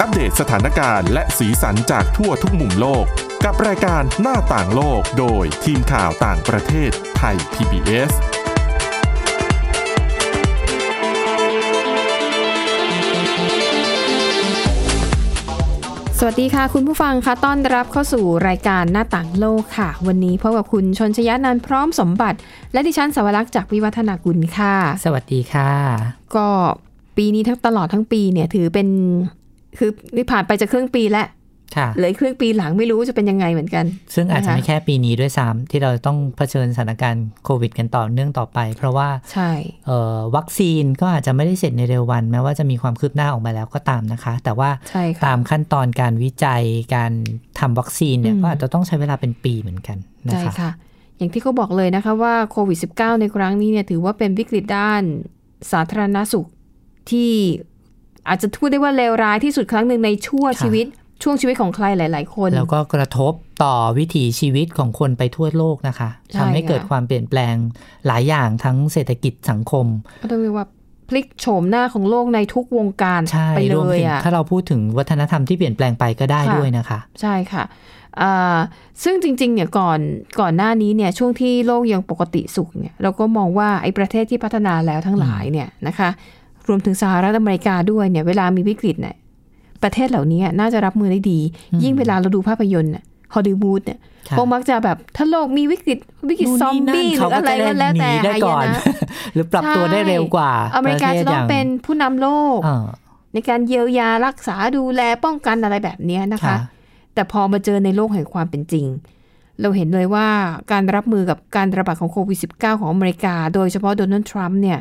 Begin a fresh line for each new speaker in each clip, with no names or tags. อัปเดตสถานการณ์และสีสันจากทั่วทุกมุมโลก กับรายการหน้าต่างโลกโดยทีมข่าวต่างประเทศไทย PBS
สวัสดีค่ะ คุณผู้ฟังคะต้อนรับเข้าสู่รายการหน้าต่างโลกค่ะ วันนี้พบกับคุณชนชยานันท์พร้อมสมบัติ และดิฉันสวรักษ์จากวิวัฒนากุลค่ะ
สวัสดีค่ะ
ก็ปีนี้ทั้งตลอดทั้งปีเนี่ยถือเป็นคือนี่ผ่านไปจะครึ่งปีแล้ว
ค่ะ
เหลืออกครึ่งปีหลังไม่รู้จะเป็นยังไงเหมือนกัน
ซึ่งอาจจะ
นะคะ
ไม่แค่ปีนี้ด้วยซ้ำที่เราต้องเผชิญสถานการณ์โควิดกันต่อเนื่องต่อไป เพราะว่า
ใช่
เอ่อวัคซีนก็อาจจะไม่ได้เสร็จในเร็ววัน แม้ว่าจะมีความคืบหน้าออกมาแล้วก็ตามนะคะ แต่ว่า
ใช่ค่ะ
ตามขั้นตอนการวิจัยการทำวัคซีนเนี่ย
อืม
ก็อาจจะต้องใช้เวลาเป็นปีเหมือนกันนะ
ใช่
คะ
ค่ะ อย่างที่เขาบอกเลยนะคะว่าโควิด -19 ในครั้งนี้เนี่ยถือว่าเป็นวิกฤตด้านสาธารณสุขที่อาจจะพูดได้ว่าเลวร้ายที่สุดครั้งหนึ่งในชั่ว
ค่ะ
ชีวิต ช่วงชีวิตของใครหลาย ๆ คน
แล้วก็กระทบต่อวิถีชีวิตของคนไปทั่วโลกนะคะ
ใช่
ทำให้เกิด
ค่ะ
ความเปลี่ยนแปลงหลายอย่างทั้งเศรษฐกิจสังคม
ก็ต้องเรียกว่าพลิกโฉมหน้าของโลกในทุกวงการ
ใช่
ไปเล
รวม
ย
ถึง
อ่ะ
ถ้าเราพูดถึงวัฒนธรรมที่เปลี่ยนแปลงไปก็ได้
ค่ะ
ด้วยนะคะ
ใช่ค่ะอ่าซึ่งจริง ๆ เนี่ยก่อนก่อนหน้านี้เนี่ยช่วงที่โลกยังปกติสุขเนี่ยเราก็มองว่าไอ้ประเทศที่พัฒนาแล้วทั้งหลายเนี่ยนะคะ รวมถึงสหรัฐอเมริกาด้วยเนี่ยเวลามีวิกฤตเนี่ยประเทศเหล่านี้น่าจะรับมือได้ดี ยิ่งเวลาเราดูภาพยนตร์ฮอลลีวูดเนี่ย
ค่ะ
พวกมักจะแบบถ้าโลกมีวิกฤตวิกฤต
นู่น
ซอม
นี่นั่น
บี้ห
เขา
รืออะไรก็
จ
แล้วแต่
หนีได้
หาย
ก่อน
นะ
หรือปรับตัวได้เร็วกว่า
อเมริกาจะต้องเป็นผู้นำโลก
เออ
ในการเยียวยารักษาดูแลป้องกันอะไรแบบเนี้ยนะคะ
ค่ะ
แต่พอมาเจอในโลกแห่งความเป็นจริง เราเห็นเลยว่าการรับมือกับการระบาดของโควิด -19 ของอเมริกา โดยเฉพาะโดนัลด์ทรัมป์เนี่ย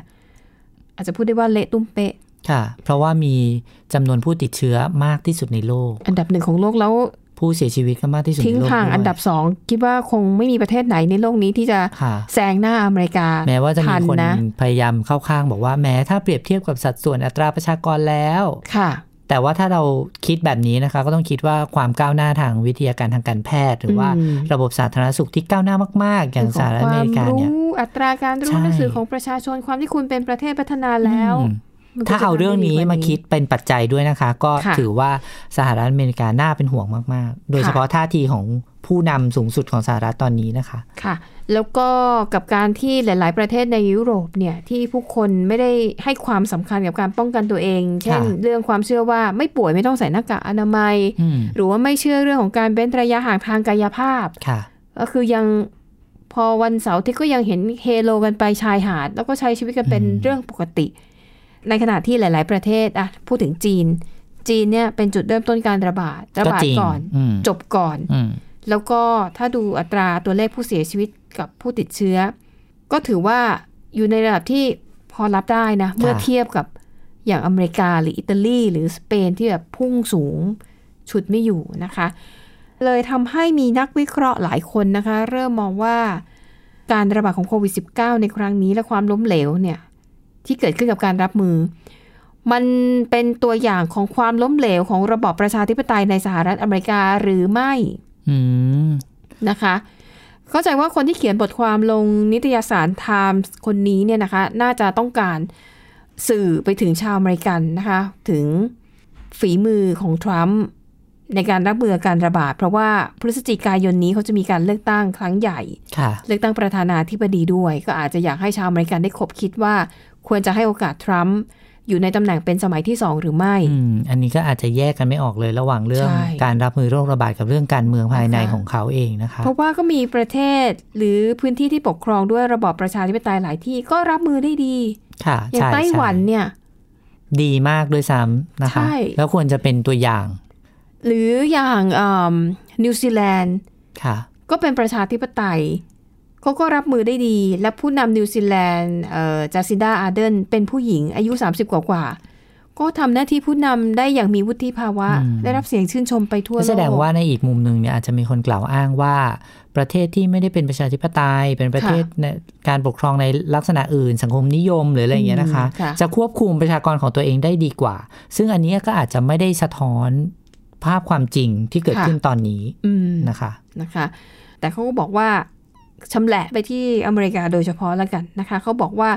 อาจจะพูดได้ว่าเละตุ้มเป๊ะ
ค่ะ เพราะว่ามีจำนวนผู้ติดเชื้อมากที่สุดในโลก
อันดับหนึ่งของโลกแล้ว
ผู้เสียชีวิตก็มากที่สุด
ทิ้ง
ในโลก
ห่าง
วย
อันดับสองคิดว่าคงไม่มีประเทศไหนในโลกนี้ที่จะ
ค่ะ
แซงหน้าอเมริกา
แม้ว่าจะมี
ทั
คน
นะ
พยายามเข้าข้างบอกว่าแม้ถ้าเปรียบเทียบกับสัดส่วนอัตราประชากรแล้ว
ค่ะ
แต่ว่าถ้าเราคิดแบบนี้นะคะ ก็ต้องคิดว่าความก้าวหน้าทางวิทยาการทางการแพทย์ หรือว่า
อืม
ระบบสาธารณสุขที่ก้าวหน้ามาก ๆ อย่างสหรัฐอเมริกา
เรื่องของคว
เนี่ย
รู้อัตราการรู้
ใช่
หนังสือของประชาชนความที่คุณเป็นประเทศพัฒนาแล้ว
อืม
มันก็
ถ้า
จะ
เอาเรื่องนี้
ทำให้
มา
ดีกว่
คิดเป็นปัจจัยด้วยนะคะ ก็
ค่ะ
ถือว่าสหรัฐอเมริกาน่าเป็นห่วงมาก ๆ โดย
ค่ะ
เฉพาะท่าทีของผู้นำสูงสุดของสหรัฐตอนนี้นะคะ
ค่ะ แล้วก็กับการที่หลาย ๆ ประเทศในยุโรปเนี่ยที่ผู้คนไม่ได้ให้ความสำคัญกับการป้องกันตัวเอง เช่น เรื่องความเชื่อว่าไม่ป่วยไม่ต้องใส่หน้ากากอนามัย
อืม
หรือว่าไม่เชื่อเรื่องของการเว้นระยะห่างทางกายภาพ
ค่ะ
ก็คือยังพอวันเสาร์ที่ก็ยังเห็นเฮโลกันไปชายหาด แล้วก็ใช้ชีวิตกันเป็น
อืม
เรื่องปกติ ในขณะที่หลาย ๆ ประเทศอ่ะพูดถึงจีน จีนเนี่ยเป็นจุดเริ่มต้นการระบาดระ
ก็
บาด
จริง
ก่อน
อืม
จบก่อน
อืม
แล้วก็ถ้าดูอัตราตัวเลขผู้เสียชีวิตกับผู้ติดเชื้อ ก็ถือว่าอยู่ในระดับที่พอรับได้นะ เมื่อเทียบกับอย่างอเมริกาหรืออิตาลีหรือสเปนที่แบบพุ่งสูงฉุดไม่อยู่นะคะ เลยทำให้มีนักวิเคราะห์หลายคนนะคะ เริ่มมองว่าการระบาดของโควิด -19 ในครั้งนี้และความล้มเหลวเนี่ย ที่เกิดขึ้นกับการรับมือ มันเป็นตัวอย่างของความล้มเหลวของระบอบประชาธิปไตยในสหรัฐอเมริกาหรือไม่
อืม
นะคะ เข้าใจว่าคนที่เขียนบทความลงนิตยสารไทมส์คนนี้เนี่ยนะคะ น่าจะต้องการสื่อไปถึงชาวอเมริกันนะคะ ถึงฝีมือของทรัมป์ในการรับมือกับการระบาด เพราะว่าพฤศจิกายนนี้เขาจะมีการเลือกตั้งครั้งใหญ่
ค่ะ
เลือกตั้งประธานาธิบดีด้วย ก็อาจจะอยากให้ชาวอเมริกันได้คบคิดว่า ควรจะให้โอกาสทรัมป์อยู่ในตำแหน่งเป็นสมัยที่สองหรือไม่
อืมอันนี้ก็อาจจะแยกกันไม่ออกเลยระหว่างเรื่อง
ใช่
การรับมือโรคระบาดกับเรื่องการเมืองภายใน
นะคะ
ของเขาเองนะคะ
เพราะว่าก็มีประเทศหรือพื้นที่ที่ปกครองด้วยระบอบประชาธิปไตยหลายที่ก็รับมือได้ดี
ค่ะ
อย่าง
ใช่
ไต้หวัน
ใช่
เนี่ย
ดีมากด้วยซ้ำนะคะ
ใช่
แล้วควรจะเป็นตัวอย่าง
หรืออย่างเอิ่มนิวซีแลนด์
ค่ะ
ก็เป็นประชาธิปไตยเขาก็รับมือได้ดี และผู้นำนิวซีแลนด์เอ่อจาซินดาอาร์เดนเป็นผู้หญิงอายุ 30 กว่ากว่าๆก็ทำหน้าที่ผู้นำได้อย่างมีวุฒิภาวะ
อืม
ได้รับเสียงชื่นชมไปทั่วโลก
แสดงว่าในอีกมุมหนึ่งเนี่ยอาจจะมีคนกล่าวอ้างว่า ประเทศที่ไม่ได้เป็นประชาธิปไตย เป็นประเทศในการปกครองในลักษณะอื่น สังคมนิยมหรืออะไรอย่างเงี้ยนะคะ
อืมค่ะ
จะควบคุมประชากรของตัวเองได้ดีกว่า ซึ่งอันเนี้ยก็อาจจะไม่ได้สะท้อนภาพความจริงที่เกิดขึ้นตอนนี้
อืม
นะคะ
นะคะแต่เขาก็บอกว่าชำแหละไปที่อเมริกาโดยเฉพาะแล้วกันนะคะเขาบอกว่า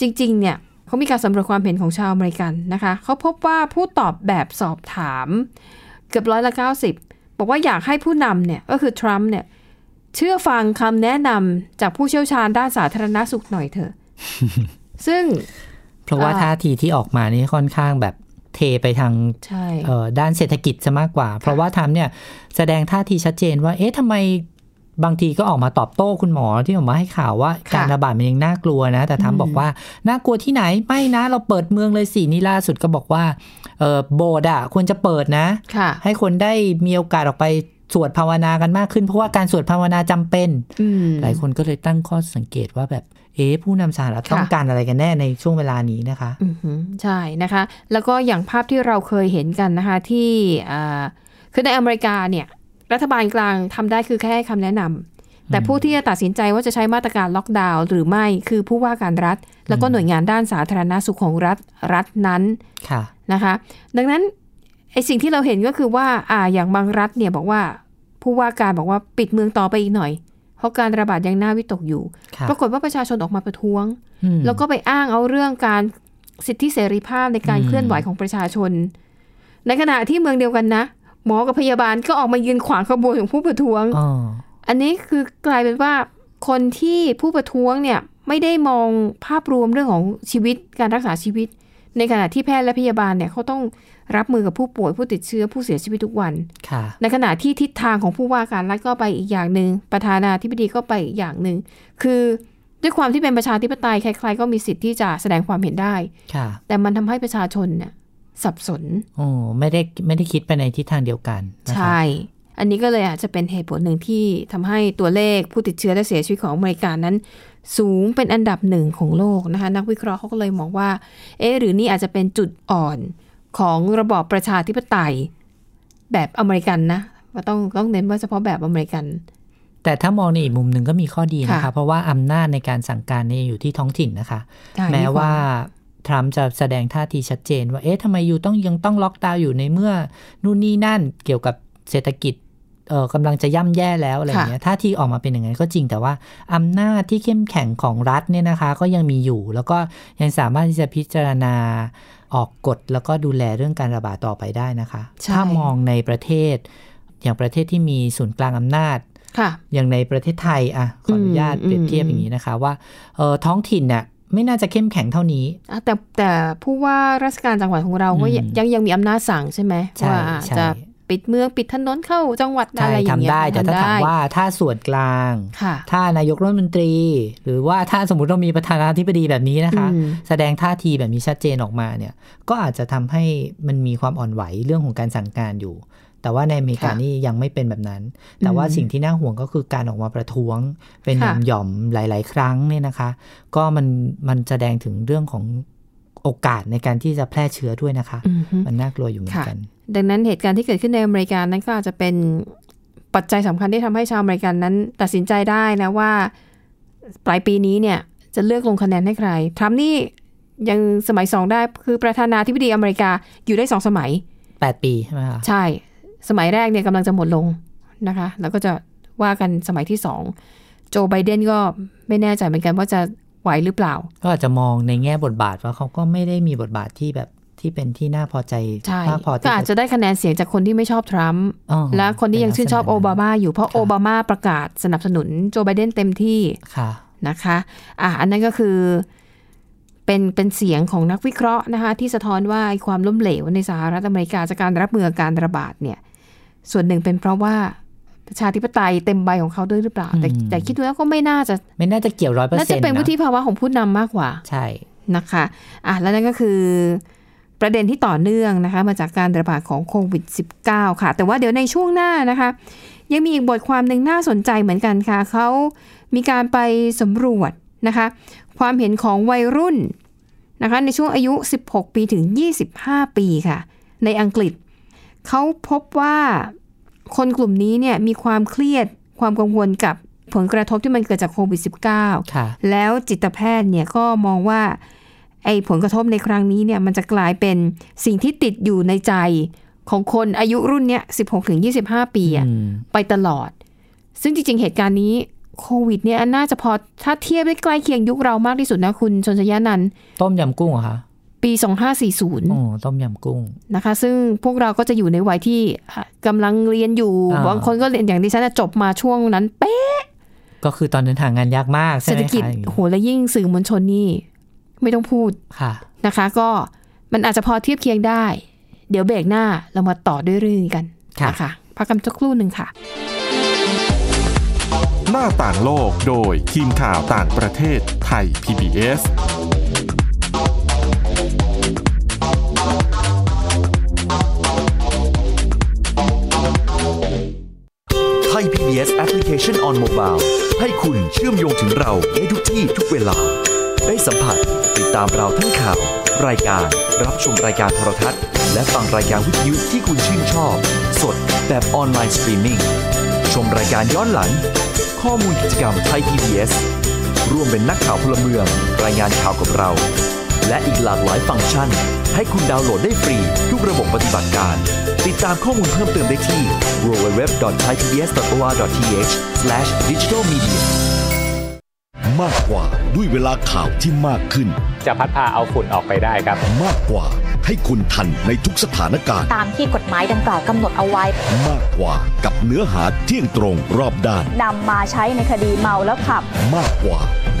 จริงๆเนี่ย เขามีการสำรวจความเห็นของชาวอเมริกันนะคะ เขาพบว่าผู้ตอบแบบสอบถาม เกือบร้อยละ 90 บอกว่าอยากให้ผู้นำเนี่ยก็คือทรัมป์เนี่ยเชื่อฟังคำแนะนำจากผู้เชี่ยวชาญด้านสาธารณสุขหน่อยเถอะ ซึ่ง
เพราะว่า
อ่า
ท่าทีที่ออกมานี่ค่อนข้างแบบเทไปทาง
ใช่
เอ่อด้านเศรษฐกิจจะมากกว่า เพราะว่าทำเนี่ยแสดงท่าทีชัดเจนว่า เอ๊ะทำไมบางทีก็ออกมาตอบโต้คุณหมอที่ออกมาให้ข่าวว่า
ค่ะ
การระบาดมันยังน่ากลัวนะ แต่
อื
ทำ
ม
บอกว่าน่ากลัวที่ไหนไม่นะ เราเปิดเมืองเลยสินี่ล่าสุดก็บอกว่าเออโบสถ์อ่ะควรจะเปิดนะ
ค่ะ
ให้คนได้มีโอกาสออกไปสวดภาวนากันมากขึ้น เพราะว่าการสวดภาวนาจำเป็น
อืม
หลายคนก็เลยตั้งข้อสังเกตว่าแบบเอ๊ะผู้นำสหรัฐ
ค่ะ
ต้องการอะไรกันแน่ในช่วงเวลานี้นะคะ
อือหือใช่นะคะ แล้วก็อย่างภาพที่เราเคยเห็นกันนะคะ ที่อ่าคือในอเมริกาเนี่ย รัฐบาลกลางทำได้คือแค่ให้คำแนะนำแต่ผู้ที่จะตัดสินใจว่าจะใช้มาตรการล็อกดาวน์หรือไม่คือผู้ว่าการรัฐ แล้วก็หน่วยงานด้านสาธารณสุขของรัฐรัฐนั้น
ค่ะ
นะคะดังนั้นไอสิ่งที่เราเห็นก็คือว่าอ่าอย่างบางรัฐเนี่ยบอกว่าผู้ว่าการบอกว่าปิดเมืองต่อไปอีกหน่อย เพราะการระบาดยังน่าวิตกอยู่
ค่ะ
ปรากฏว่าประชาชนออกมาประท้วง
อืม
แล้วก็ไปอ้างเอาเรื่องการสิทธิเสรีภาพในการ
อืม
เคลื่อนไหวของประชาชน ในขณะที่เมืองเดียวกันนะ หมอกับพยาบาลก็ออกมายืนขวางขบวนของผู้ประท้วง
อ๋อ
อันนี้คือกลายเป็นว่าคนที่ผู้ประท้วงเนี่ยไม่ได้มองภาพรวมเรื่องของชีวิตการรักษาชีวิต ในขณะที่แพทย์และพยาบาลเนี่ยเขาต้องรับมือกับผู้ป่วยผู้ติดเชื้อผู้เสียชีวิตทุกวัน
ค่ะ
ในขณะที่ทิศทางของผู้ว่าการรัฐก็ไปอีกอย่างหนึ่งประธานาธิบดีก็ไปอีกอย่างหนึ่งคือด้วยความที่เป็นประชาธิปไตยใคร ๆ ก็มีสิทธิ์ที่จะแสดงความเห็นได้
ค่ะ
แต่มันทำให้ประชาชนเนี่ยสับสน
โอ้ไม่ได้ไม่ได้คิดไปในทิศทางเดียวกันนะคะ
ใช่ อันนี้ก็เลยอาจจะเป็นเหตุผลหนึ่งที่ทำให้ตัวเลขผู้ติดเชื้อและเสียชีวิตของอเมริกานั้น สูงเป็นอันดับหนึ่งของโลกนะคะ นักวิเคราะห์เขาก็เลยมองว่า เอ๊ะหรือนี่อาจจะเป็นจุดอ่อนของระบอบประชาธิปไตยแบบอเมริกันนะก็ต้องต้องเน้นว่าเฉพาะแบบอเมริกัน
แต่ถ้ามองในอีกมุมหนึ่งก็มีข้อดีนะคะ
ค่ะ
เพราะว่าอำนาจในการสั่งการเนี่ยอยู่ที่ท้องถิ่นนะคะ
ใช่
แม้ว่าทรัมป์จะแสดงท่าทีชัดเจน ว่าเอ๊ะทำไมอยู่ต้องยังต้องล็อกดาวน์อยู่ในเมื่อนู่นนี่นั่นเกี่ยวกับเศรษฐกิจเออกำลังจะย่ำแย่แล้วอะไรอย่างเงี้ยท่าทีออกมาเป็นอย่างไงก็จริงแต่ว่าอำนาจที่เข้มแข็งของรัฐเนี่ยนะคะ ก็ยังมีอยู่ แล้วก็ยังสามารถที่จะพิจารณาออกกฎแล้วก็ดูแลเรื่องการระบาดต่อไปได้นะคะ
ใช่
ถ้ามองในประเทศ อย่างประเทศที่มีศูนย์กลางอำนาจ
ค่ะ
อย่างในประเทศไทยอะขออนุญาต
อืม
เปรียบเทียบอย่างนี้นะคะว่าเออท้องถิ่นน่ะไม่น่าจะเข้มแข็งเท่านี้
อ่ะแต่แต่ผู้ว่าราชการจังหวัดของเราก็ยัง
อืม
ยังยังมีอำนาจสั่งใช่ไหม
ใช่
ว่าอ่ะ
ใช่
จะปิดเมืองปิดถนนเข้าจังหวัดอะ
ใช่
ไรอย่างเงี้ย
ทำได้แต่ถ้า
ทำ
ถาม
ได้
ว่าถ้าส่วนกลาง
ค่ะ
ถ้านายกรัฐมนตรี หรือว่าถ้าสมมติเรามีประธานาธิบดีแบบนี้นะคะ
อืม
แสดงท่าทีแบบนี้ชัดเจนออกมาเนี่ย ก็อาจจะทำให้มันมีความอ่อนไหวเรื่องของการสั่งการอยู่ แต่ว่าในอเมริกา
ค่ะ
นี่ยังไม่เป็นแบบนั้น แต่ว่าสิ่งที่น่าห่วงก็คือการออกมาประท้วง เป็นหย่อ
ค่ะ
มหย่อมๆหลาย ๆ ครั้งเนี่ยนะคะ ก็มันมันแสดงถึงเรื่องของโอกาสในการที่จะแพร่เชื้อด้วยนะคะ
อือฮึ
มันน่ากลัวอยู่เหมือนกัน
ดังนั้นเหตุการณ์ที่เกิดขึ้นในอเมริกานั้นก็อาจจะเป็นปัจจัยสำคัญที่ทำให้ชาวอเมริกันนั้น ตัดสินใจได้นะว่าปลายปีนี้เนี่ยจะเลือกลงคะแนนให้ใครทรัมป์นี่ยังสมัยสองได้คือประธานาธิบดีอเมริกาอยู่ได้สองสมัย
8 ปีใช่ไหมคะ
ใช่ สมัยแรกเนี่ยกำลังจะหมดลงนะคะ แล้วก็จะว่ากันสมัยที่สองโจไบเดนก็ไม่แน่ใจเหมือนกันว่าจะไหวหรือเปล่า
ก็อาจจะมองในแง่บทบาทว่าเขาก็ไม่ได้มีบทบาทที่แบบที่เป็นที่น่าพอใจ
ใช่
มากพอที่
ก็อาจจะได้คะแนนเสียงจากคนที่ไม่ชอบทรัมป์
อ๋อ
และคนที่ยังชื่นชอบโอบามาอยู่เพราะ
ค่ะ
โอบามาประกาศสนับสนุนโจไบเดนเต็มที่
ค่ะ
นะคะอ่ะอันนั้นก็คือเป็นเป็นเสียงของนักวิเคราะห์นะคะที่สะท้อนว่าไอ้ความล้มเหลวในสหรัฐอเมริกาจากการรับมือกับการระบาดเนี่ยส่วนหนึ่งเป็นเพราะว่าประชาธิปไตยเต็มใบของเขาด้วยหรือเปล่า แต่
อืม
แต่คิดดูแล้วก็ไม่น่าจะ
ไม่น่าจะเกี่ยวร้อยเปอร์
น่า
เซ็
จะ
นต์
เป็นวุฒิภาวะของผู้นำมากกว่า
ใช่
นะคะอ่ะแล้วนั่นก็คือประเด็นที่ต่อเนื่องนะคะมาจากการระบาดของโควิด -19 ค่ะ แต่ว่าเดี๋ยวในช่วงหน้านะคะ ยังมีอีกบทความหนึ่งน่าสนใจเหมือนกันค่ะ เขามีการไปสำรวจนะคะ ความเห็นของวัยรุ่นนะคะในช่วงอายุ 16 ปีถึง 25 ปีค่ะ ในอังกฤษ เขาพบว่าคนกลุ่มนี้เนี่ยมีความเครียดความกังวลกับผลกระทบที่มันเกิดจากโควิด -19
ค่ะ
แล้วจิตแพทย์เนี่ยก็มองว่าไอ้ผลกระทบในครั้งนี้เนี่ยมันจะกลายเป็นสิ่งที่ติดอยู่ในใจของคนอายุรุ่นเนี้ย16ถึง25 ปีอะ
อืม
ไปตลอด ซึ่งจริงๆ เหตุการณ์นี้ โควิดเนี่ยอันน่าจะพอถ้าเทียบได้ใกล้เคียงยุคเรามากที่สุดนะคุณชนชยานันท์
ต้มยำกุ้งเหรอคะ
ปี 2540
โอ้ต้มยำกุ้ง
นะคะ ซึ่งพวกเราก็จะอยู่ในวัยที่อ่ะกำลังเรียนอยู่
อ่า
บางคนก็เรียนอย่างดิฉันน่ะจบมาช่วงนั้นเป๊ะ
ก็คือตอนเดินทางงานยากมาก
เศร
ใช่
ษ
ไหม
ฐกิจ
คะอย่างนี้
โหและยิ่งสื่อมวลชนนี่ไม่ต้องพูด
ค่ะ
นะคะ ก็มันอาจจะพอเทียบเคียงได้ เดี๋ยวเบรกหน้าเรามาต่อด้วยเรื่องนี้กัน
ค่ะ
นะคะพักกันสักครู่หนึ่งค่ะ
หน้าต่างโลกโดยทีมข่าวต่างประเทศไทย PBS
ไทย PBS Application on Mobile ให้คุณเชื่อมโยงถึงเราในทุกที่ทุกเวลา ได้สัมผัสติดตามเราทั้งข่าว รายการ รับชมรายการโทรทัศน์ และฟังรายการวิทยุที่คุณชื่นชอบ สดแบบออนไลน์สตรีมมิ่งชมรายการย้อนหลัง ข้อมูลกิจกรรมไทย PBS ร่วมเป็นนักข่าวพลเมือง รายงานข่าวกับเรา และอีกหลากหลายฟังก์ชัน ให้คุณดาวน์โหลดได้ฟรี ทุกระบบปฏิบัติการ ติดตามข้อมูลเพิ่มเติมได้ที่ www.thaipbs.or.th/digitalmedia
มากกว่าด้วยเวลาข่าวที่มากขึ้น
จะพัดพาเอาฝุ่นออกไปได้ครับ
มากกว่าให้คุณทันในทุกสถานการณ์
ตามที่กฎหมายดังกล่าวกำหนดเอาไว้
มากกว่ากับเนื้อหาเที่ยงตรงรอบด้าน
นำมาใช้ในคดีเมาแล้วขับ
มากกว่าใ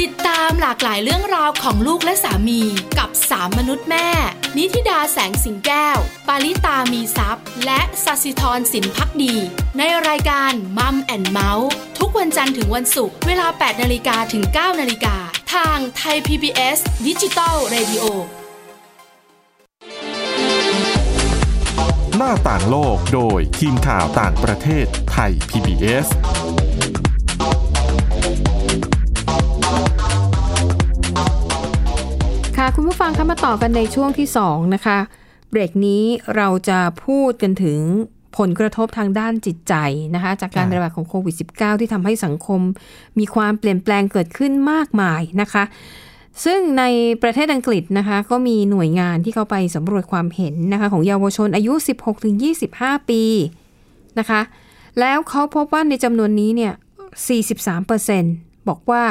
ติดตามหลากหลายเรื่องราวของลูกและสามีกับสามมนุษย์แม่ นิธิดาแสงสิงแก้ว ปาริตามีซัพย์ และสัสิธรสินพักดี ในรายการมัมแอนเมาส์ทุกวันจันทร์ถึงวันศุกร์เวลา 8นาฬิกาถึง 9นาฬิกาทางไทย PBS ดิจิตอล Radio
หน้าต่างโลกโดยทีมข่าวต่างประเทศไทย PBS
ค่ะคุณผู้ฟังคะมาต่อกันในช่วงที่ 2 นะคะ เบรกนี้เราจะพูดกันถึงผลกระทบทางด้านจิตใจนะคะ จากการ
ค่ะ
ระบาดของโควิด -19 ที่ทำให้สังคมมีความเปลี่ยนแปลงเกิดขึ้นมากมายนะคะ ซึ่งในประเทศอังกฤษนะคะ ก็มีหน่วยงานที่เข้าไปสำรวจความเห็นนะคะ ของเยาวชนอายุ 16-25 ปีนะคะ แล้วเขาพบว่าในจำนวนนี้เนี่ย 43%บอกว่า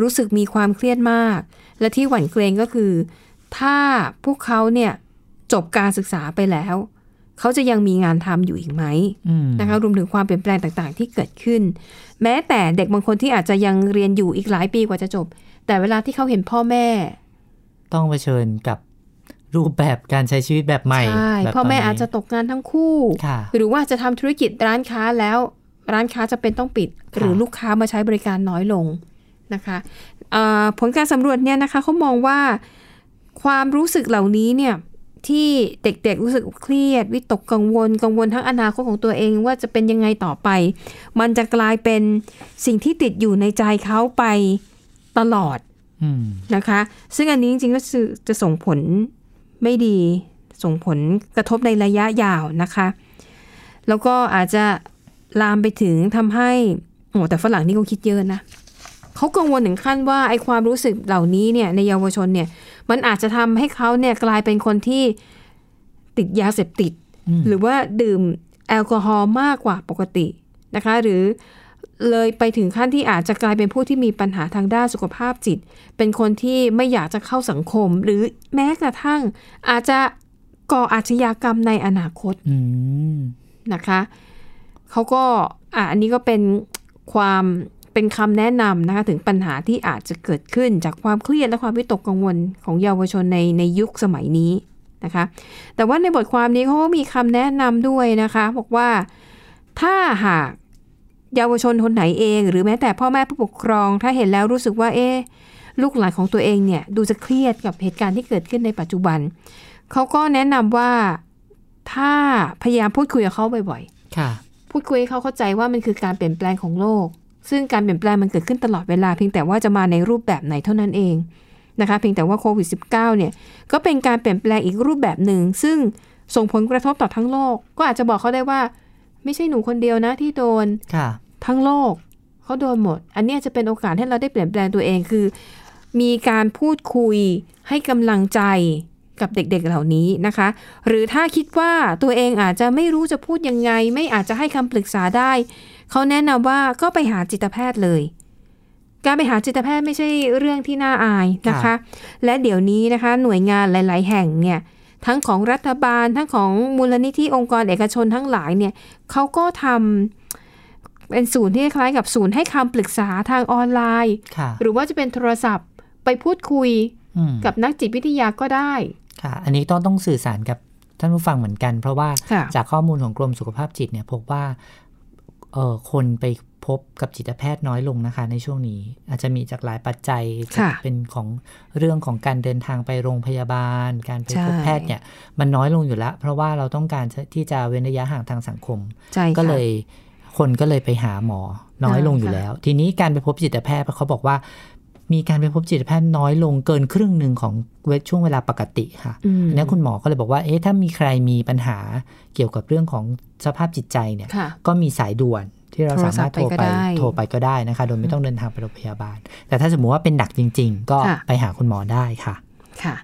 รู้สึกมีความเครียดมาก และที่หวั่นเกรงก็คือ ถ้าพวกเขาเนี่ยจบการศึกษาไปแล้ว เขาจะยังมีงานทำอยู่อีกไหม
อืม
นะคะรวมถึงความเปลี่ยนแปลงต่างๆ ที่เกิดขึ้น แม้แต่เด็กบางคนที่อาจจะยังเรียนอยู่อีกหลายปีกว่าจะจบ แต่เวลาที่เขาเห็นพ่อแม่
ต้องเผชิญกับรูปแบบการใช้ชีวิตแบบใหม่
ใช่
แบบ
พ่อแม่
ตนนี้
อาจจะตกงานทั้งคู่
ค่ะ
หรือว่าจะทำธุรกิจร้านค้าแล้ว ร้านค้าจะเป็นต้องปิด หรือลูกค้ามาใช้บริการน้อยลงนะคะเอ่อผลการสำรวจเนี่ยนะคะเขามองว่าความรู้สึกเหล่านี้เนี่ยที่เด็กๆรู้สึกเครียด วิตกกังวล กังวลทั้งอนาคตของตัวเองว่าจะเป็นยังไงต่อไป มันจะกลายเป็นสิ่งที่ติดอยู่ในใจเขาไปตลอด
อืม
นะคะซึ่งอันนี้จริงๆก็คือจะส่งผลไม่ดี ส่งผลกระทบในระยะยาวนะคะ แล้วก็อาจจะลามไปถึงทำให้โอ้แต่ฝรั่งนี่เขาคิดเยอะนะเขากังวลถึงขั้นว่าไอความรู้สึกเหล่านี้เนี่ยในเยาวชนเนี่ยมันอาจจะทำให้เขาเนี่ยกลายเป็นคนที่ติดยาเสพติด
อืม
หรือว่าดื่มแอลกอฮอล์มากกว่าปกตินะคะ หรือเลยไปถึงขั้นที่อาจจะกลายเป็นผู้ที่มีปัญหาทางด้านสุขภาพจิต เป็นคนที่ไม่อยากจะเข้าสังคม หรือแม้กระทั่งอาจจะก่ออาชญากรรมในอนาคต
อืม
นะคะเขาก็อ่ะอันนี้ก็เป็นความเป็นคำแนะนำนะคะถึงปัญหาที่อาจจะเกิดขึ้นจากความเครียดและความวิตกกังวลของเยาวชนในในยุคสมัยนี้นะคะแต่ว่าในบทความนี้เขาก็มีคำแนะนำด้วยนะคะบอกว่าถ้าหากเยาวชนคนไหนเอง หรือแม้แต่พ่อแม่ผู้ปกครอง ถ้าเห็นแล้วรู้สึกว่าเอ๊ะลูกหลานของตัวเองเนี่ยดูจะเครียดกับเหตุการณ์ที่เกิดขึ้นในปัจจุบันเขาก็แนะนำว่า ถ้าพยายามพูดคุยกับเขาบ่อย
ค่ะ
ๆ พูดคุยให้เขาเข้าใจว่ามันคือการเปลี่ยนแปลงของโลก ซึ่งการเปลี่ยนแปลงมันเกิดขึ้นตลอดเวลาเพียงแต่ว่าจะมาในรูปแบบไหนเท่านั้นเอง นะคะเพียงแต่ว่าโควิด -19 เนี่ยก็เป็นการเปลี่ยนแปลงอีกรูปแบบหนึ่ง ซึ่งส่งผลกระทบต่อทั้งโลก ก็อาจจะบอกเขาได้ว่า ไม่ใช่หนูคนเดียวนะที่โดน
ค่ะ
ทั้งโลกเขาโดนหมด อันเนี้ยจะเป็นโอกาสให้เราได้เปลี่ยนแปลงตัวเองคือ มีการพูดคุยให้กำลังใจกับเด็กๆเหล่านี้นะคะ หรือถ้าคิดว่าตัวเองอาจจะไม่รู้จะพูดยังไง ไม่อาจจะให้คำปรึกษาได้เขาแนะนำว่าก็ไปหาจิตแพทย์เลย การไปหาจิตแพทย์ไม่ใช่เรื่องที่น่าอายนะ
ครั
คะ
บ
และเดี๋ยวนี้นะคะ หน่วยงานหลาย ๆ แห่งเนี่ยทั้งของรัฐบาลทั้งของมูลนิธิองค์กรเอกชนทั้งหลายเนี่ยเขาก็ทำ เป็นศูนย์ที่คล้ายกับศูนย์ให้คำปรึกษาทางออนไลน์
ค่ะ
หรือว่าจะเป็นโทรศัพท์ไปพูดคุย
อืม
กับนักจิตวิทยาก็ได้
ค่ะ อันนี้ต้องต้องสื่อสารกับท่านผู้ฟังเหมือนกัน เพราะว่า
ค่ะ
จากข้อมูลของกรมสุขภาพจิตเนี่ยพบว่าเออคนไปพบกับจิตแพทย์น้อยลงนะคะ ในช่วงนี้ อาจจะมีจากหลายปัจจัย
ค่ะ
จะเป็นของเรื่องของการเดินทางไปโรงพยาบาล การไปพบแพทย์เนี่ยมันน้อยลงอยู่แล้ว เพราะว่าเราต้องการที่จะเว้นระยะห่างทางสังคม
ใช่ค่ะ
ก็เลยคนก็เลยไปหาหมอน้อยลงอยู่
อ่าค่ะ
แล้ว ทีนี้การไปพบจิตแพทย์เขาบอกว่า มีการไปพบจิตแพทย์น้อยลงเกินครึ่งหนึ่งของเวทช่วงเวลาปกติค่ะ
อืม
อันนี้คุณหมอก็เลยบอกว่าเอ๊ะถ้ามีใครมีปัญหาเกี่ยวกับเรื่องของสภาพจิตใจเนี่ย
ค่ะ
ก็มีสายด่วนที่เรา
โทร
สา
ศัพ
มาร
ท์
ถโทร
ไปก็
ไป
ได้
โทรไปก็ได้นะคะ โดยไม่ต้องเดินทางไปโรงพยาบาล แต่ถ้าสมมติว่าเป็นหนักจริง ๆ ก็
ค่ะ
ไปหาคุณหมอได้ค่ะ
ค่ะ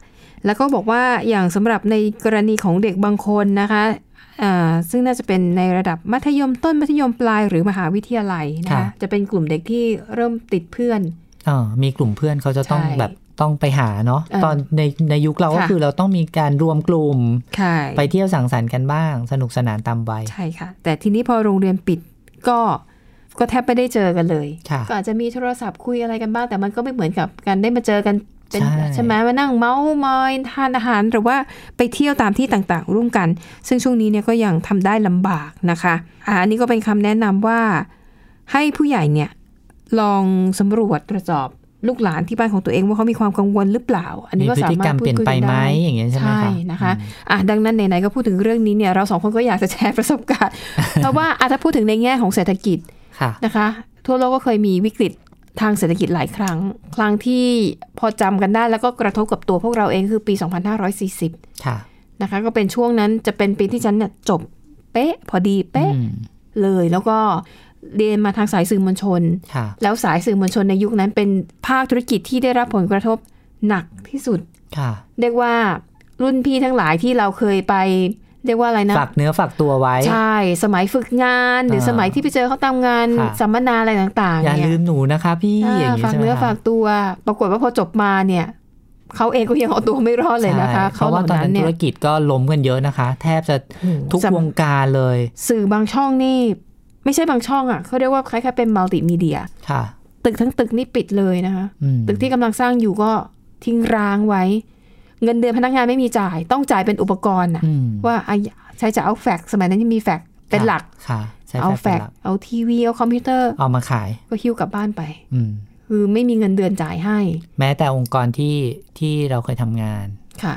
แล้วก็บอกว่าอย่างสำหรับในกรณีของเด็กบางคนนะคะอ่าซึ่งน่าจะเป็นในระดับมัธยมต้นมัธยมปลายหรือมหาวิทยาลัยนะคะ
ค่ะ
จะเป็นกลุ่มเด็กที่เริ่มติดเพื่อน
เออมีกลุ่มเพื่อนเขาจะต้อง
ใช่
แบบต้องไปหาเนาะ
เออ
ตอนในในยุคเราก็
ค่ะ
คือเราต้องมีการรวมกลุ่ม
ค่ะ
ไปเที่ยวสังสรรค์กันบ้าง สนุกสนานตามวัย
ใช่ค่ะ แต่ทีนี้พอโรงเรียนปิดก็ก็แทบไม่ได้เจอกันเลย
ค่ะ
ก็อาจจะมีโทรศัพท์คุยอะไรกันบ้าง แต่มันก็ไม่เหมือนกับการได้มาเจอกันเป็นใช่ไหมมานั่งเมาส์มอยทานอาหารหรือว่าไปเที่ยวตามที่ต่างๆ ร่วมกัน ซึ่งช่วงนี้เนี่ยก็ยังทำได้ลำบากนะคะอ่าอันนี้ก็เป็นคำแนะนำว่าให้ผู้ใหญ่เนี่ยลองสำรวจตรวจสอบลูกหลานที่บ้านของตัวเองว่าเขามีความกังวลหรือเปล่า อันนี้ก็
มีพฤ
สา
ติ
มาร
ก
ถ
รรม
พูด
เปลี่ยน
คุย
ไป
กัน
ไหม
ได้
อย่างเงี้ยใช่ไหมคะ
นะคะ
อืม
อ่ะดังนั้นไหนๆก็พูดถึงเรื่องนี้เนี่ยเราสองคนก็อยากจะแชร์ประสบการณ์ เพราะว่าอาจจะถ้าพูดถึงในแง่ของเศรษฐกิจ
ค่ะ
นะคะ ทั่วโลกก็เคยมีวิกฤตทางเศรษฐกิจหลายครั้ง ครั้งที่พอจำกันได้แล้วก็กระทบกับตัวพวกเราเองคือปี 2540
ค่ะ
นะคะก็เป็นช่วงนั้นจะเป็นปีที่ฉันเนี่ยจบเป๊ะพอดีเป๊ะ
อืม
เลยแล้วก็เรียนมาทางสายสื่อมวลชน
ค่ะ
แล้วสายสื่อมวลชนในยุคนั้นเป็นภาคธุรกิจที่ได้รับผลกระทบหนักที่สุด
ค่ะ
เรียกว่ารุ่นพี่ทั้งหลายที่เราเคยไป เรียกว่าอะไรนะ
ฝากเนื้อฝากตัวไว้
ใช่ สมัยฝึกงานหรือ
เออ
สมัยที่ไปเจอเขาตามงาน
ค่ะ
สัมมนาอะไรต่างๆ
อย่า
เนี่
ลืมหนูนะคะ พี่
อ่า
อย่างงี้
ฝาก
ใช่ไหม
เนื้อ
คะ
ฝากตัว ปรากฏว่าพอจบมาเนี่ยเขาเองก็ยังเอาตัวไม่รอดเลยนะคะ
ใช่เพราะ
ห
ว่า
ล่
ตอนนั้น
เนี่
ธุ
ย
รกิจก็ล้มกันเยอะนะคะ แทบจะ
อืม
ทุก
สำ
วงการเลย
สื่อบางช่องนี่ ไม่ใช่บางช่องอ่ะเขาเรียกว่าคล้ายๆเป็นมัลติมีเดีย
ค่ะ
ตึกทั้งตึกนี่ปิดเลยนะคะ
อืม
ตึกที่กำลังสร้างอยู่ก็ทิ้งร้างไว้ เงินเดือนพนักงานไม่มีจ่าย ต้องจ่ายเป็นอุปกรณ์อ่ะ
อืม
ว่าอ่ะใช้จะเอาแฟกซ์สมัยนั้นยังมีแฟกซ์เป็นหลัก
ค่ะใช้
เอา
แฟ
แฟ
ก
ก
ซ์
ซ์เอาทีวี เอาคอมพิวเตอร์
เอามาขาย
ก็หิ้วกลับบ้านไป
อืม
คือไม่มีเงินเดือนจ่ายให้
แม้แต่องค์กรที่ที่เราเคยทำงาน
ค่ะ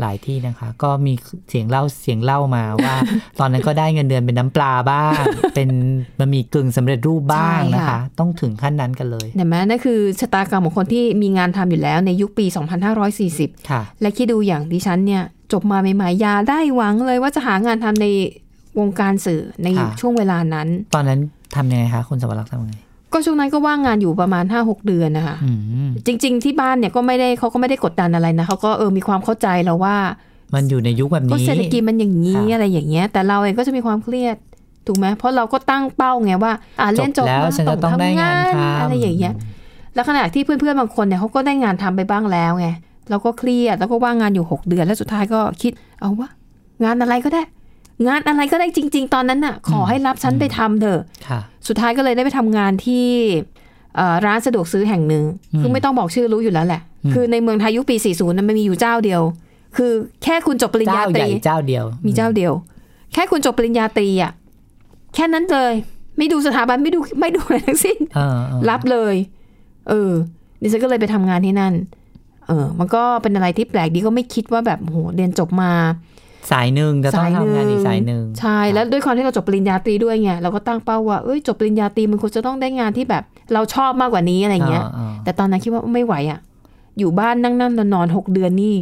หลายที่นะคะ ก็มีเสียงเล่าเสียงเล่ามาว่า ตอนนั้นก็ได้เงินเดือนเป็นน้ำปลาบ้าง เป็นบะหมี่กึ่งสำเร็จรูปบ้าง
ใช่
นะ
ค่ะ
คะ ต้องถึงขั้นนั้นกันเลย
เห็นไหมนั่นคือชะตากรรมของคนที่มีงานทำอยู่แล้วในยุคปี 2540
ค่ะ
และคิดดูอย่างดิฉันเนี่ย จบมาใหม่ๆอยาได้หวังเลยว่าจะหางานทำในวงการสื่อใน
ค่ะ
ช่วงเวลานั้น
ตอนนั้นทำยังไงคะคุณสวรรค์ทำยังไง
ก็ช่วงนั้นก็ว่างงานอยู่ประมาณ 5-6 เดือนนะคะ
อืม
จริง ๆ ที่บ้านเนี่ยก็ไม่ได้เขาก็ไม่ได้กดดันอะไรนะเขาก็เออมีความเข้าใจเราว่า
มันอยู่ในยุคแบบ
ก็
นี้
เศรษฐกิจมันอย่างนี้
ค่ะ
อะไรอย่างเงี้ย แต่เราเองก็จะมีความเครียดถูกไหมเพราะเราก็ตั้งเป้าไงว่าอ่าเรียนจบ
แล้ว
มา
ฉันจะต้องได้งานทำ
อะไรอย่างเงี้ยแล้วขณะที่เพื่อนๆบางคนเนี่ยเขาก็ได้งานทำไปบ้างแล้วไงเราก็เครียดแล้วก็ว่างงานอยู่ 6 เดือน แล้วสุดท้ายก็คิดเอาวะงานอะไรก็ได้ งานอะไรก็ได้จริง ๆ ตอนนั้นน่ะ ขอให้รับฉันไปทำเถอะ
ค่ะ
สุดท้ายก็เลยได้ไปทำงานที่เอ่อร้านสะดวกซื้อแห่งหนึ่ง
อืม
คือไม่ต้องบอกชื่อรู้อยู่แล้วแหละ
อืม
คือในเมืองไทยยุคปี 40นั้นมันมีอยู่เจ้าเดียว คือแค่คุณจบปริญญา
เจ้า
ต
ใหญ่
รี
เจ้าเดียว
มีเจ้าเดียว แค่คุณจบปริญญาตรีอะแค่นั้นเลย ไม่ดูสถาบันไม่ดูไม่ดูอะไรทั้งสิ้น
เออเออ
รับเลย เออ ดิฉันก็เลยไปทำงานที่นั่น เออ มันก็เป็นอะไรที่แปลกดีก็ไม่คิดว่าแบบโอ้โหเรียนจบมา
สายหนึ่งจะต้องทำงานอีก
สา
สาย ย
ห
ห
นึ่ง
นึ่ง
ใช่แล้วด้วยความที่เราจบปริญญาตรีด้วยไงเราก็ตั้งเป้าว่าเอ้ยจบปริญญาตรีมันควรจะต้องได้งานที่แบบ เราชอบมากกว่านี้อะไรเงี้ย
ออออ
แต่ตอนนั้นคิดว่าไม่ไหวอะ่ะ อยู่บ้านนั่งนั่งนอนนอนหกเดือนนี่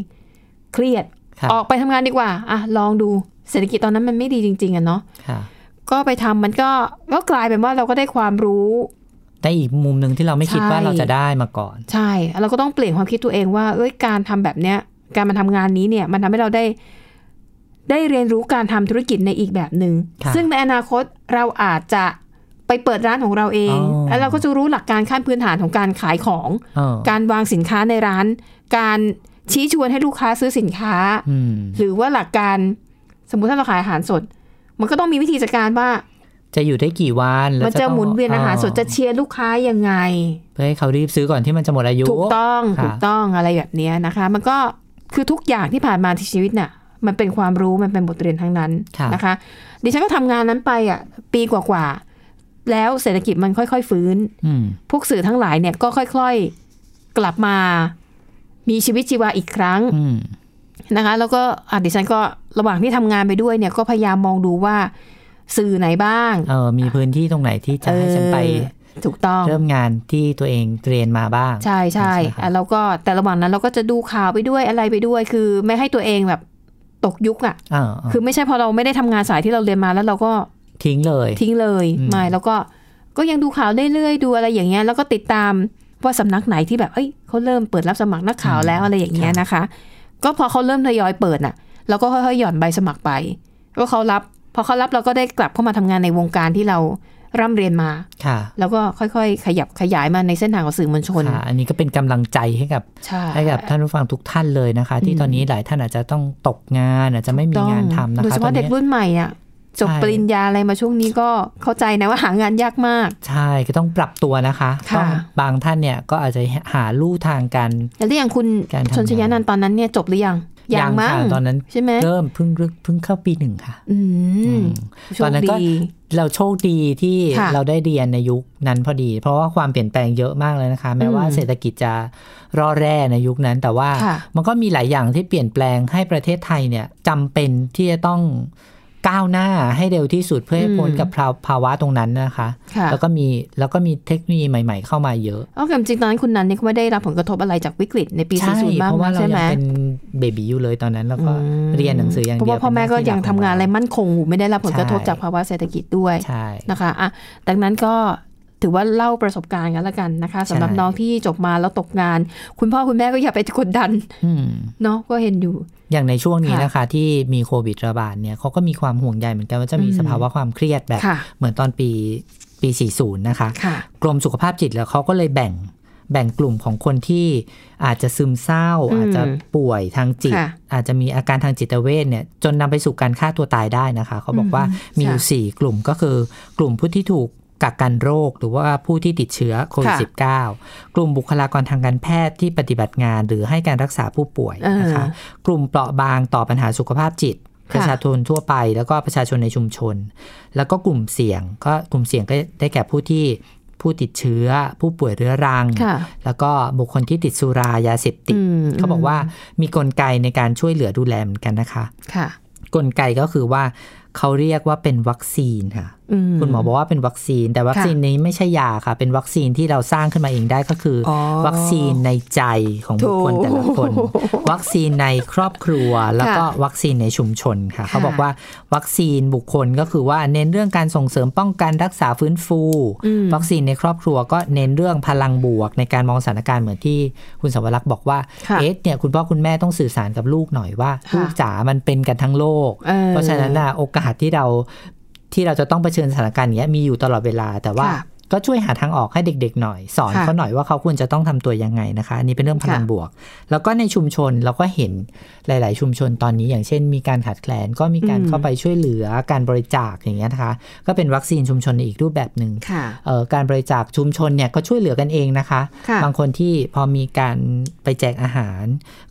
เครียด
ครับ
ออกไปทำงานดีกว่าอ่ะลองดูเศรษฐกิจตอนนั้นมันไม่ดีจริง ๆอะเนาะ
ค่ะ
ก็ไปทำมันก็ก็กลายเป็นว่าเราก็ได้ความรู้
ได้อีกมุมหนึ่งที่เราไม่คิด
ใช่
ว่าเราจะได้มาก่อน
ใช่ เราก็ต้องเปลี่ยนความคิดตัวเองว่า เอ้ย การทำแบบเนี้ย การมาทำงานนี้เนี่ย มันทำให้เราได้ ได้เรียนรู้การทำธุรกิจในอีกแบบหนึ
ค่ะ
ง่ง ซึ่งในอนาคตเราอาจจะไปเปิดร้านของเราเอง
อ๋อ
แล้วเราก็จะรู้หลักการขั้นพื้นฐานของการขายของ
เออ
การวางสินค้าในร้าน การชี้ชวนให้ลูกค้าซื้อสินค้า
อืม
หรือว่าหลักการ สมมุติถ้าเราขายอาหารสด มันก็ต้องมีวิธีจัดการว่า
จะอยู่ได้กี่วันแล้ว
มันจะ
ต้อง
หมุนเวียนอาหารสดจะเชียร์ลูกค้ายังไง
เพื่อให้เขารีบซื้อก่อนที่มันจะหมดอายุ
ถูกต้อง
ค่ะ
ถูกต้องอะไรแบบเนี้ยนะคะ มันก็คือทุกอย่างที่ผ่านมาที่ชีวิตน่ะ มันเป็นความรู้มันเป็นบทเรียนทั้งนั้นนะคะ ดิฉันก็ทำงานนั้นไปอ่ะปีกว่าๆแล้วเศรษฐกิจมันค่อยๆฟื้น
อืม
พวกสื่อทั้งหลายเนี่ยก็ค่อยๆกลับมา มีชีวิตชีวาอีกครั้ง
อืม
นะคะ แล้วก็อ่ะดิฉันก็ระหว่างที่ทำงานไปด้วยเนี่ยก็พยายามมองดูว่าสื่อไหนบ้าง
เออมีพื้นที่ตรงไหนที่จะให้ฉันไป
เออถูกต้อง
เริ่มงานที่ตัวเองเรียนมาบ้าง
ใช่ใช่
ใช่ไหมครับ
อ่ะแล้วก็แต่ระหว่างนั้นเราก็จะดูข่าวไปด้วยอะไรไปด้วย คือไม่ให้ตัวเองแบบตกยุคอ่ะ
เออเออ
คือไม่ใช่พอเราไม่ได้ทำงานสายที่เราเรียนมาแล้วเราก็
ทิ้งเลย
ทิ้งเลย
อืม
ไม่แล้วก็ก็ยังดูข่าวเรื่อยๆดูอะไรอย่างเงี้ยแล้วก็ติดตามว่าสำนักไหนที่แบบเอ้ยเขาเริ่มเปิดรับสมัครนักข่าวแล้วอะไรอย่างเงี้ยนะคะ ก็พอเขาเริ่มทยอยเปิดน่ะเราก็ค่อยๆหย่อนใบสมัครไปก็เขารับพอเขารับเราก็ได้กลับเข้ามาทำงานในวงการที่เราร่ำเรียนมา
ค่ะ
แล้วก็ค่อยๆ ขยับขยายมาในเส้นทางของสื่อมวลชน
ค่ะ อันนี้ก็เป็นกำลังใจให้กับ
ใช่
ให้กับท่านผู้ฟังทุกท่านเลยนะคะ ที่ตอนนี้หลายท่านอาจจะต้องตกงานอาจจะไม่มี
ต้อง
งานทำนะคะ
โดยเฉ
ตอ
พาะ
น
เด็ก
นี้
รุ่นใหม่อ่ะจบ
ใช่
ปริญญาอะไรมาช่วงนี้ก็เข้าใจนะว่าหางานยากมาก
ใช่ก็ต้องปรับตัวนะคะ
ค่ะ
ต้องบางท่านเนี่ยก็อาจจะหาลู่ทางการ
แล้วอย่างคุณ
การทำงาน
ชนชยานันท์ตอนนั้นเนี่ยจบหรือยัง
ยังค่ะ
มั้ง
ตอนนั้น
ใช่ไหม
เริ่มเพิ่งเริ่มเพิ่งเข้าปีหนึ่งค่ะ
อืมโช
ตอ
คน
นั้นก็
ดี
เราโชคดีที่
ค่ะ
เราได้เรียนในยุคนั้นพอดี เพราะว่าความเปลี่ยนแปลงเยอะมากเลยนะคะ แม้ว่าเศรษฐกิจจะร่อแร่ในยุคนั้น แต่ว่า
ค่ะ
มันก็มีหลายอย่างที่เปลี่ยนแปลงให้ประเทศไทยเนี่ยจำเป็นที่จะต้องก้าวหน้าให้เร็วที่สุดเพื่อให้พ้นกับภาวะตรงนั้นนะคะ
ค่ะ
แล้วก็มีแล้วก็มีเทคโนโลยีใหม่ๆ เข้ามาเยอะ
เอาแต่จริงๆตอนนั้นคุณนันเนี่ยก็ไม่ได้รับผลกระทบอะไรจากวิกฤตในปี
ใช่
40บ้าง
เพราะว่าเรา
ใช่
ยั
ไหม
งเป็นเบบีอยู่เลยตอนนั้นแล้วก็
อืม
เรียนหนังสืออย่างเดียว
เพราะว่าพ่อแม่ก็ยังทำงานอะไรมั่นคงอยู่ไม่ได้รับผลกระทบจากภาวะเศรษฐกิจด้วย
ใช่
นะคะอ่ะดังนั้นก็ถือว่าเล่าประสบการณ์กันละกันนะคะสำหรับ
ใช่
น้องที่จบมาแล้วตกงาน คุณพ่อคุณแม่ก็อย่าไปกดดัน
อืม
เนาะก็เห็นอยู่
อย่างในช่วงนี้
ค่ะ
นะคะที่มีโควิดระบาดเนี่ยเขาก็มีความห่วงใยเหมือนกันว่าจะมี
อืม
สภาวะความเครียดแบบ
ค่ะ
เหมือนตอนปีปี 40 นะคะ
ค่ะ
กรมสุขภาพจิตแล้วเขาก็เลยแบ่งแบ่งกลุ่มของคนที่อาจจะซึมเศร้า
อืม
อาจจะป่วยทางจิต
ค่ะ
อาจจะมีอาการทางจิตเวชเนี่ยจนนำไปสู่การฆ่าตัวตายได้นะคะเขาบอกว่า
อืม
มีอยู่
ค่ะ
สี่กลุ่มก็คือกลุ่มผู้ที่ถูกกักกันโรค หรือว่าผู้ที่ติดเชื้อโควิด -19 กลุ่มบุคลากรทางการแพทย์ที่ปฏิบัติงาน หรือให้การรักษาผู้ป่วยนะคะ กลุ่มเปราะบางต่อปัญหาสุขภาพจิต
ค่ะ
ประชาชนทั่วไป แล้วก็ประชาชนในชุมชน แล้วก็กลุ่มเสี่ยงก็กลุ่มเสี่ยงก็ได้แก่ผู้ที่ผู้ติดเชื้อ ผู้ป่วยเรื้อรัง
ค่ะ
แล้วก็บุคคลที่ติดสุรายาเสพติด
อืม
เขาบอกว่ามีกลไกในการช่วยเหลือดูแลเหมือนกันนะคะ
ค่ะ
กลไกก็คือว่าเขาเรียกว่าเป็นวัคซีนค่ะ
อืม
คุณหมอบอกว่าเป็นวัคซีน แต่วัคซีนนี้ไม่ใช่ยาค่ะ เป็นวัคซีนที่เราสร้างขึ้นมาเองได้ก็คืออ
อ
วัคซีนในใจของบุคคล
โถ
แต่ละคน วัคซีนในครอบครัวแล้วก็วัคซีนในชุมชน
ค่ะ
ค่ะเขาบอกว่าวัคซีนบุคคลก็คือว่าเน้นเรื่องการส่งเสริมป้องกันรักษาฟื้นฟู วัคซีนในครอบครัวก็เน้นเรื่องพลังบวก ในการมองสถานการณ์เหมือนที่คุณสวรักษ์บอกว่า
ค่ะ
เอ๊ะเนี่ยคุณพ่อคุณแม่ต้องสื่อสารกับลูกหน่อยว่า
ค่ะ
ลูกจ๋ามันเป็นกันทั้งโลก
เออ
เพราะฉะนั้นนะโอกาสที่เราที่เราจะต้องเผชิญสถานการณ์อย่างเงี้ยมีอยู่ตลอดเวลา แต่ว่า
ค่ะ
ก็ช่วยหาทางออกให้เด็ก ๆ หน่อย สอน
ค่ะ
เขาหน่อยว่าเขาควรจะต้องทำตัวยังไงนะคะอันนี้เป็นเรื่องพลัง
ค่ะ
บวก แล้วก็ในชุมชนเราก็เห็นหลาย ๆ ชุมชนตอนนี้ อย่างเช่น มีการขาดแคลนก็มีการ
อืม
เข้าไปช่วยเหลือการบริจาคอย่างเงี้ยนะคะ ก็เป็นวัคซีนชุมชนในอีกรูปแบบหนึ่ง
ค่ะ
เอ่อการบริจาคชุมชนเนี่ยก็ช่วยเหลือกันเองนะคะ
ค่ะ
บางคนที่พอมีการไปแจกอาหาร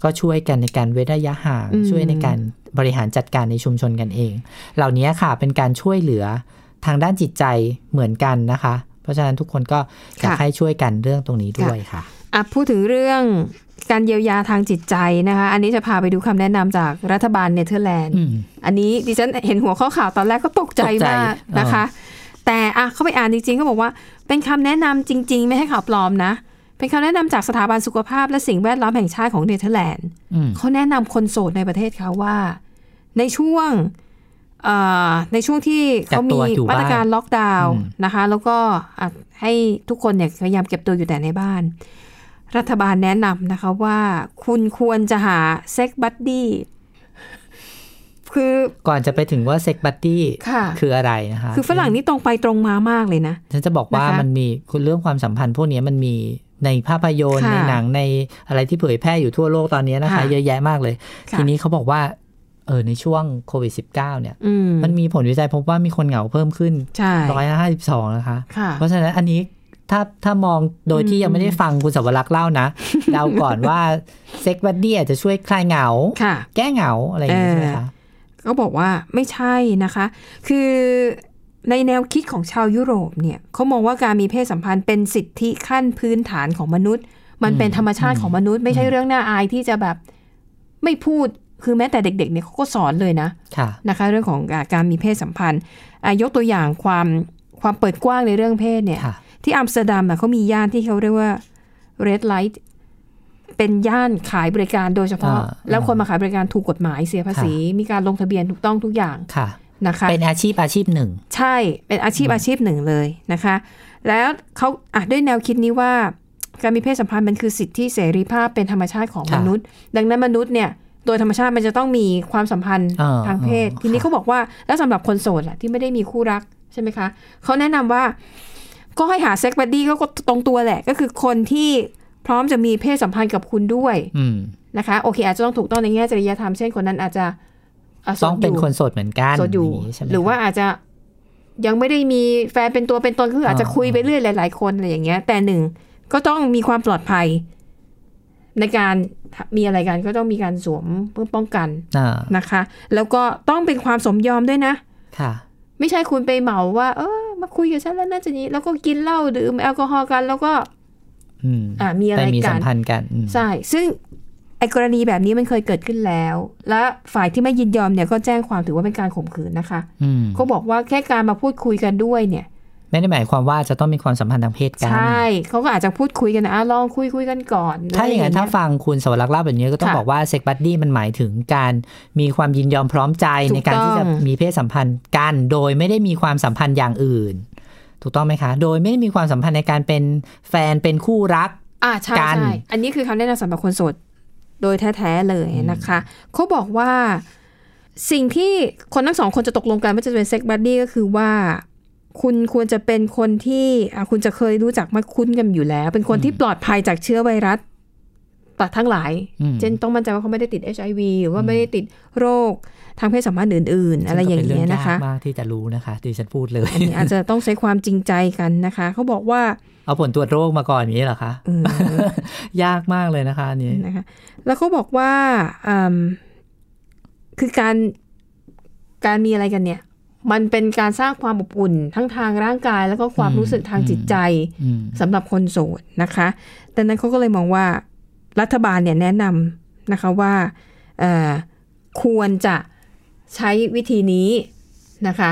ก็ช่วยกันในการเว้นระยะห่าง
อืม
ช่วยในการบริหารจัดการในชุมชนกันเอง เหล่านี้ค่ะเป็นการช่วยเหลือทางด้านจิตใจเหมือนกันนะคะ เพราะฉะนั้นทุกคนก็อยาก
ค่ะ
ให้ช่วยกันเรื่องตรงนี้
ค่ะ
ด้วยค่ะ
อ่ะพูดถึงเรื่องการเยียวยาทางจิตใจนะคะ อันนี้จะพาไปดูคำแนะนำจากรัฐบาลเนเธอร์แลนด์
อืม
อันนี้ดิฉันเห็นหัวข้อข่าวตอนแรกก็ตกใจ
ตกใจ
มาก
เออ
นะคะ แต่อ่ะเข้าไปอ่านจริงๆเขาบอกว่า เป็นคำแนะนำจริง ๆ ไม่ให้ข่าวปลอมนะ ไป เป็นคำแนะนำจากสถาบันสุขภาพและสิ่งแวดล้อมแห่งชาติของเนเธอร์แลนด์
อืม
เขาแนะนำคนโสดในประเทศเขาว่า ในช่วงเอ่อในช่วงที่เขามีมาตรการล็อกดาวน์นะคะ แล้วก็อ่ะให้ทุกคนเนี่ยพยายามเก็บตัวอยู่แต่ในบ้าน รัฐบาลแนะนำนะคะว่าคุณควรจะหาเซ็กบัดดี้คือ
ก่อนจะไปถึงว่าเซ็กบัตตี้
ค่ะ
คืออะไรนะคะ
คือฝรั่งนี่ตรงไปตรงมามากเลยนะ
ฉันจะบอกว่า
นะคะ
มันมีเรื่องความสัมพันธ์พวกนี้มันมีในภาพยนตร์
ค่ะ
ในหนังในอะไรที่เผยแพร่อยู่ทั่วโลกตอนนี้นะคะ
ค่ะ
เยอะแยะมากเลย
ค่ะ
ทีนี้เขาบอกว่าเออในช่วงโควิด -19 เนี่ย
อืม
มันมีผลวิจัยพบว่ามีคนเหงาเพิ่มขึ้น
ใช่
ร้อยละห้าสิบสองนะคะ
ค่ะ
เพราะฉะนั้นอันนี้ถ้าถ้ามองโดยที่ยังไม่ได้ฟังคุณสวรักษ์เล่านะ เดาก่อนว่าเซ็กบัดดี้อาจจะช่วยคลายเหงา
ค่ะ
แก้เหงาอะไรอย่างนี้ใช่ไหมคะ
ก็บอกว่าไม่ใช่นะคะ คือในแนวคิดของชาวยุโรปเนี่ยเขามองว่าการมีเพศสัมพันธ์เป็นสิทธิขั้นพื้นฐานของมนุษย์ มันเป็นธรรมชาติของมนุษย์ ไม่ใช่เรื่องน่าอายที่จะแบบไม่พูดคือแม้แต่เด็กๆเนี่ยเขาก็สอนเลยนะ
ค่ะ
นะคะเรื่องของอ่าการมีเพศสัมพันธ์อ่ะยกตัวอย่างความความเปิดกว้างในเรื่องเพศเนี่ย
ค่ะ
ที่อัมสเตอร์ดัมน่ะเขามีย่านที่เขาเรียกว่า red light เป็นย่านขายบริการโดยเฉพาะ
อ่า
แล้วคนมาขายบริการถูกกฎหมายเสียภาษี มีการลงทะเบียนถูกต้องทุกอย่าง
ค่ะ
นะคะ
เป็นอาชีพอาชีพหนึ่ง
ใช่เป็นอาชีพอาชีพหนึ่งเลยนะคะ แล้วเขาอ่ะด้วยแนวคิดนี้ว่า การมีเพศสัมพันธ์มันคือสิทธิเสรีภาพเป็นธรรมชาติของม
ค่ะ
นุษย์ ดังนั้นมนุษย์เนี่ยโดยธรรมชาติมันจะต้องมีความสัมพันธ์
อ่า
ทางเพศ
อ่า
ทีนี้เขาบอกว่าแล้วสำหรับคนโสดล่ะที่ไม่ได้มีคู่รักใช่ไหมคะเขาแนะนำว่าก็ให้หาเซ็กบัดดี้ก็ตรงตัวแหละ ก็คือคนที่พร้อมจะมีเพศสัมพันธ์กับคุณด้วย
อืม
นะคะโอเค อาจจะต้องถูกต้องในแง่จริยธรรมเช่นคนนั้นอาจจะะโสด
ต้องเป็น
ยู่
คนโสดเหมือนกัน
โสดอยู่
างนี้ใช่ไหม
หรือว่า
คะ
อาจจะยังไม่ได้มีแฟนเป็นตัวเป็นตนก็คืออาจจะ
อ่า
คุยไปเรื่อยหลาย ๆ คนอะไรอย่างเงี้ย แต่หนึ่งก็ต้องมีความปลอดภัย ในการมีอะไรกันก็ต้องมีการสวมเพื่อป้องกัน
อ่า
นะคะ แล้วก็ต้องเป็นความสมยอมด้วยนะ
ค่ะ
ไม่ใช่คุณไปเหมาว่า เออมาคุยกับฉันแล้วน่าจะนี้ แล้วก็กินเหล้าดื่มแอลกอฮอล์กัน แล้วก็
อืม
อ่ามีอะไร
ปมี
กัน
สัมพันธ์กันอืม
ใช่ ซึ่งไอกรณีแบบนี้มันเคยเกิดขึ้นแล้ว และฝ่ายที่ไม่ยินยอมเนี่ยก็แจ้งความถือว่าเป็นการข่มขืนนะคะ
อืม
ก็บอกว่าแค่การมาพูดคุยกันด้วยเนี่ย
ไม่ได้หมายความว่าจะต้องมีความสัมพันธ์ทางเพศกั
ใช่เขาก็อาจจะพูดคุยกันนะอ่ะลองคุยคุยกันก่อน
ถ้าอย่างนั้น
อะไร
ถ้า
เย
ฟังคุณสวรักษ์เล่าแบบนี้ก็ต้อง
ค่ะ
บอกว่าเซ็กบัดดี้มันหมายถึงการมีความยินยอมพร้อมใจ
ถูก
ในการที่จะ
ต้อง
มีเพศสัมพันธ์กัน โดยไม่ได้มีความสัมพันธ์อย่างอื่น ถูกต้องไหมคะ โดยไม่ได้มีความสัมพันธ์ในการเป็นแฟนเป็นคู่รัก
อ่าใช่
กัน
ใช่อันนี้คือคำแนะนำสำหรับคนโสดโดยแท้ๆเลยนะคะเขาบอกว่าสิ่งที่คนทั้งสองคนจะตกลงกันว่าจะเป็นเซ็กบัดดี้ก็คือว่า คุณควรจะเป็นคนที่อ่ะคุณจะเคยรู้จักมาคุ้นกันอยู่แล้ว เป็นคนที่ปลอดภัยจากเชื้อไวรัสต่ทั้งหลาย
อืม
เช่นต้องมั่นใจว่าเขาไม่ได้ติด HIV หรือว่าไม่ได้ติดโรคทางเพศสัมพันธ์อื่น ๆ อะไรอย่างเงี้ยนะคะ
ซึ่ก็ป็รื่อากมากที่จะรู้นะคะดิฉันพูดเลย
อันนี้อาจจะต้องใช้ความจริงใจกันนะคะ เขาบอกว่า
เอาผลตรวจโรคมาก่อนอย่างนี้เหรอคะ
เออ
ยากมากเลยนะคะอันนี้
นะคะ แล้วเขาบอกว่าอืมคือการการมีอะไรกันเนี่ย มันเป็นการสร้างความอบอุ่น ทั้งทางร่างกาย แล้วก็ความ
อืม
รู้สึกทางจิตใจ
อืม
สำหรับคนโสดนะคะดังนั้นเขาก็เลยมองว่ารัฐบาลเนี่ยแนะนำนะคะว่าเอ่อควรจะใช้วิธีนี้นะคะ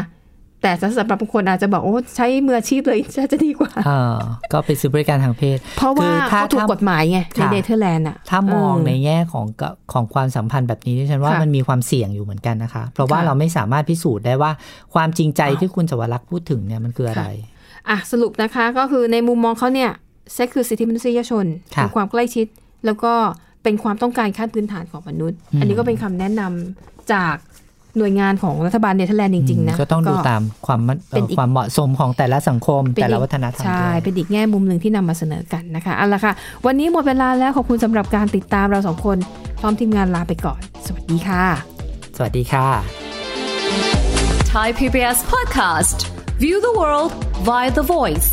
แต่สำหรับบางคนอาจจะบอกโอ้ใช้มืออาชีพเลย น่าจะดีกว่า
เออก็ไปซื้อบริการทางเพศ
เพราะว่า
คือถ้า
เขาถูก
ถ้าก
ฎหมายไงใน
ค่ะ
เนเธอร์แลนด์อ่ะ
ถ้ามอง
เ
ในแง่ของกของความสัมพันธ์แบบนี้ดิฉันว่า
ค่ะ
มันมีความเสี่ยงอยู่เหมือนกันนะคะ เพราะว่า
ค่ะ
เราไม่สามารถพิสูจน์ได้ว่าความจริงใจที่คุณสวรักษ์พูดถึงเนี่ยมันคืออะไร
อ่ะสรุปนะคะก็คือในมุมมองเขาเนี่ยเซ็กคือสิทธิมนุษยชน
ค่ะ
เป็นความใกล้ชิด แล้วก็เป็นความต้องการขั้นพื้นฐานของมนุษย์ อันนี้ก็เป็นคำแนะนำจากหน่วยงานของรัฐบาลเนเธอร์แลนด์จริง ๆ นะ
ก็ต้องดูตามความมันเอ่อ
เป็นอีก
ความเหมาะสมของแต่ละสังคม
เป็น
แต่
อี
ละ
ก
วัฒนธรรม
ใช่
ด้วย
เป็นอีกแง่มุมหนึ่งที่นำมาเสนอกันนะคะเอาละค่ะ วันนี้หมดเวลาแล้วขอบคุณสำหรับการติดตามเราสองคนพร้อมทีมงานลาไปก่อน สวัสดีค่ะ
สวัสดีค่ะ
Thai PBS podcast. View the world via the voice.